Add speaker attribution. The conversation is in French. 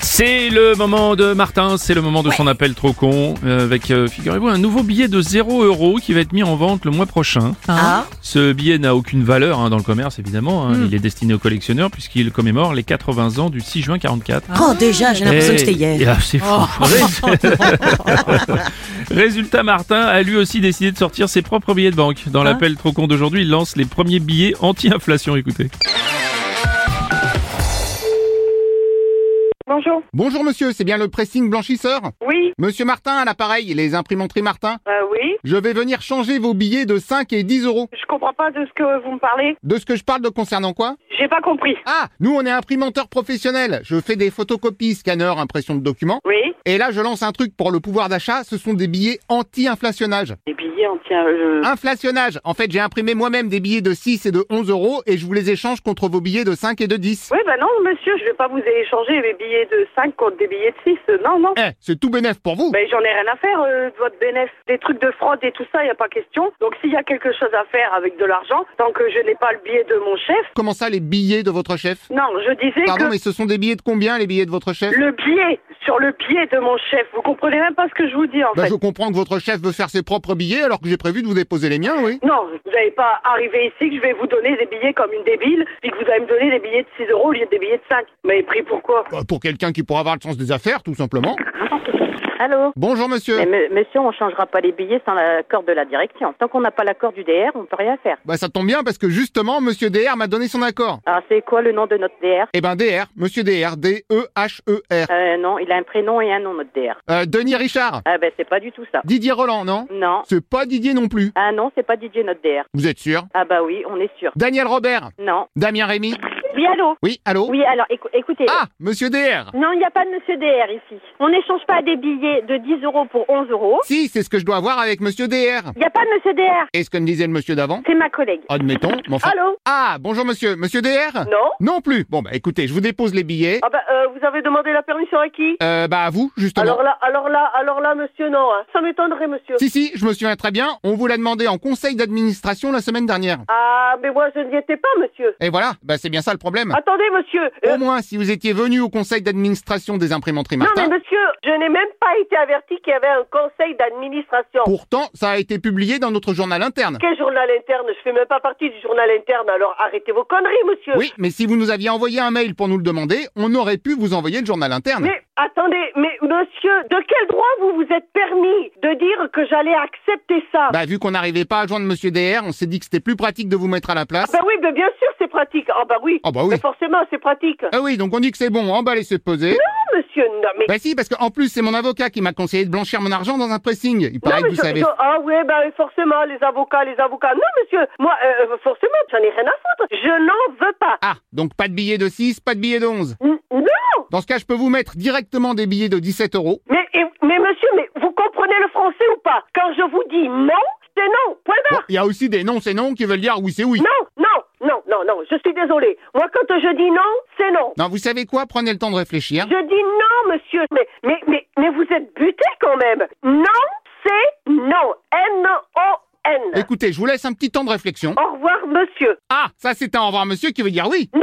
Speaker 1: C'est le moment de Martin, c'est le moment de son appel trop con, euh, avec, euh, figurez-vous, un nouveau billet de 0 euro qui va être mis en vente le mois prochain.
Speaker 2: Ah.
Speaker 1: Ce billet n'a aucune valeur hein, dans le commerce, évidemment. hein.
Speaker 3: Hmm.
Speaker 1: Il est destiné aux collectionneurs puisqu'il commémore les 80 ans du 6 juin 44.
Speaker 3: Oh, déjà, j'ai l'impression que c'était
Speaker 1: Et-
Speaker 3: hier. Oh.
Speaker 1: ah, c'est fou. Rés- Résultat, Martin a lui aussi décidé de sortir ses propres billets de banque.
Speaker 3: Ah.
Speaker 1: Dans l'appel trop con d'aujourd'hui, il lance les premiers billets anti-inflation, écoutez.
Speaker 4: Bonjour.
Speaker 5: Bonjour monsieur, c'est bien le pressing blanchisseur
Speaker 4: Oui,
Speaker 5: Monsieur Martin à l'appareil, les imprimanteries Martin.
Speaker 4: euh, oui.
Speaker 5: Je vais venir changer vos billets de 5 et 10 euros.
Speaker 4: Je comprends pas de ce que vous me parlez.
Speaker 5: De ce que je parle de concernant quoi
Speaker 4: J'ai pas compris.
Speaker 5: Ah, nous on est imprimanteur professionnel. Je fais des photocopies, scanner, impression de documents.
Speaker 4: Oui.
Speaker 5: Et là je lance un truc pour le pouvoir d'achat, ce sont des billets anti-inflationnage.
Speaker 4: Les billets entiers.
Speaker 5: Ah.
Speaker 4: Euh,
Speaker 5: Inflationnage. En fait, j'ai imprimé moi-même des billets de 6 et de 11 euros et je vous les échange contre vos billets de 5 et de 10.
Speaker 4: Oui, bah non, monsieur, je vais pas vous échanger mes billets de 5 contre des billets de 6. Euh, Non, non.
Speaker 5: Eh, c'est tout bénef pour vous.
Speaker 4: Mais j'en ai rien à faire euh, de votre bénéfice. Des trucs de fraude et tout ça, y a pas question. Donc s'il y a quelque chose à faire avec de l'argent, tant que je n'ai pas le billet de mon chef.
Speaker 5: Comment ça, les billets de votre chef
Speaker 4: Non, je disais
Speaker 5: Pardon,
Speaker 4: que.
Speaker 5: mais ce sont des billets de combien, les billets de votre chef
Speaker 4: Le billet, sur le pied de mon chef. Vous comprenez même pas ce que je vous dis en
Speaker 5: Bah,
Speaker 4: fait.
Speaker 5: je comprends que votre chef veut faire ses propres billets alors que j'ai prévu de vous déposer les miens, oui.
Speaker 4: Non, vous n'allez pas arriver ici que je vais vous donner des billets comme une débile, puis que vous allez me donner des billets de 6 euros au lieu des billets de 5. Mais pris pourquoi
Speaker 5: Bah, pour quelqu'un qui pourra avoir le sens des affaires, tout simplement.
Speaker 6: Allô
Speaker 5: Bonjour,
Speaker 6: mais
Speaker 5: monsieur.
Speaker 6: me- monsieur, on changera pas les billets sans l'accord de la direction. Tant qu'on n'a pas l'accord du DR, on peut rien faire.
Speaker 5: Bah, ça tombe bien parce que justement, monsieur DR m'a donné son accord.
Speaker 6: Alors, Ah, c'est quoi le nom de notre DR
Speaker 5: Eh ben, DR, monsieur DR, E D-E-H-E-R.
Speaker 6: euh, Non, il a un prénom et un nom, notre DR.
Speaker 5: Euh, Denis Richard.
Speaker 6: Ah ben, c'est pas du tout ça.
Speaker 5: Didier Roland, non
Speaker 6: Non.
Speaker 5: C'est pas Didier non plus.
Speaker 6: Ah non, c'est pas Didier, notre DR.
Speaker 5: Vous êtes sûr
Speaker 6: Ah bah oui, on est sûr.
Speaker 5: Daniel Robert.
Speaker 6: Non.
Speaker 5: Damien Rémy.
Speaker 6: Oui, allô
Speaker 5: Oui, allô
Speaker 6: Oui, alors, écou- écoutez...
Speaker 5: Ah, monsieur DR
Speaker 6: Non, il n'y a pas de monsieur DR ici. On n'échange pas des billets de 10 euros pour 11 euros.
Speaker 5: Si, c'est ce que je dois avoir avec monsieur DR.
Speaker 6: Il n'y a pas de monsieur DR.
Speaker 5: Et ce que me disait le monsieur d'avant
Speaker 6: C'est ma collègue.
Speaker 5: Admettons, mais enfin...
Speaker 6: Allô
Speaker 5: Ah, bonjour monsieur, monsieur DR
Speaker 6: Non
Speaker 5: Non plus Bon, bah écoutez, je vous dépose les billets.
Speaker 6: Ah bah, vous avez demandé la permission à qui
Speaker 5: Euh, bah à vous, justement.
Speaker 6: là, Oh. alors là, alors là, monsieur, non. hein. Ça m'étonnerait, monsieur.
Speaker 5: Si, si, je me souviens très bien, on vous l'a demandé en conseil d'administration la semaine dernière.
Speaker 6: Ah, mais moi, je n'y étais pas, monsieur.
Speaker 5: Et voilà, bah c'est bien ça le problème.
Speaker 6: Attendez, monsieur. Euh,
Speaker 5: Au moins, si vous étiez venu au conseil d'administration des imprimanteries Martin,
Speaker 6: monsieur, je n'ai même pas été averti qu'il y avait un conseil d'administration.
Speaker 5: pourtant, ça a été publié dans notre journal interne.
Speaker 6: Quel journal interne Je fais même pas partie du journal interne, alors arrêtez vos conneries, monsieur.
Speaker 5: Oui, mais si vous nous aviez envoyé un mail pour nous le demander, on aurait pu vous envoyer le journal interne.
Speaker 6: Mais attendez, mais monsieur, de quel droit vous vous êtes permis de dire que j'allais accepter ça
Speaker 5: Bah, vu qu'on n'arrivait pas à joindre Monsieur DR, on s'est dit que c'était plus pratique de vous mettre à la place.
Speaker 6: Ben oui, mais bien sûr, c'est pratique. Ah bah oui.
Speaker 5: Ah bah oui.
Speaker 6: Mais forcément, c'est pratique.
Speaker 5: Ah oui, donc on dit que c'est bon, emballer, se poser.
Speaker 6: Non, monsieur, non, mais...
Speaker 5: Bah si, parce qu'en plus, c'est mon avocat qui m'a conseillé de blanchir mon argent dans un pressing. Il
Speaker 6: Non,
Speaker 5: paraît
Speaker 6: mais
Speaker 5: que vous
Speaker 6: je-
Speaker 5: savez.
Speaker 6: je- ah oui, ben forcément, les avocats, les avocats. Non, monsieur, moi, euh, forcément, j'en ai rien à foutre. Je n'en veux pas.
Speaker 5: Ah, donc pas de billet de 6, pas de billet de 11.
Speaker 6: N- Non
Speaker 5: Dans ce cas, je peux vous mettre directement des billets de 17 euros.
Speaker 6: mais, et- mais monsieur, mais vous comprenez le français ou pas Quand je vous dis non, c'est non, point
Speaker 5: Bon,
Speaker 6: barre
Speaker 5: il y a aussi des non, c'est non qui veulent dire oui, c'est oui.
Speaker 6: Non, non, non, non, non, je suis désolée. Moi, quand je dis non, c'est non.
Speaker 5: Non, vous savez quoi Prenez le temps de réfléchir.
Speaker 6: Je dis non, monsieur, mais, mais, mais, mais vous êtes buté quand même. Non, c'est non. N-O-N.
Speaker 5: Écoutez, je vous laisse un petit temps de réflexion.
Speaker 6: Au revoir, monsieur.
Speaker 5: Ah, ça c'est un au revoir monsieur qui veut dire oui.
Speaker 6: Non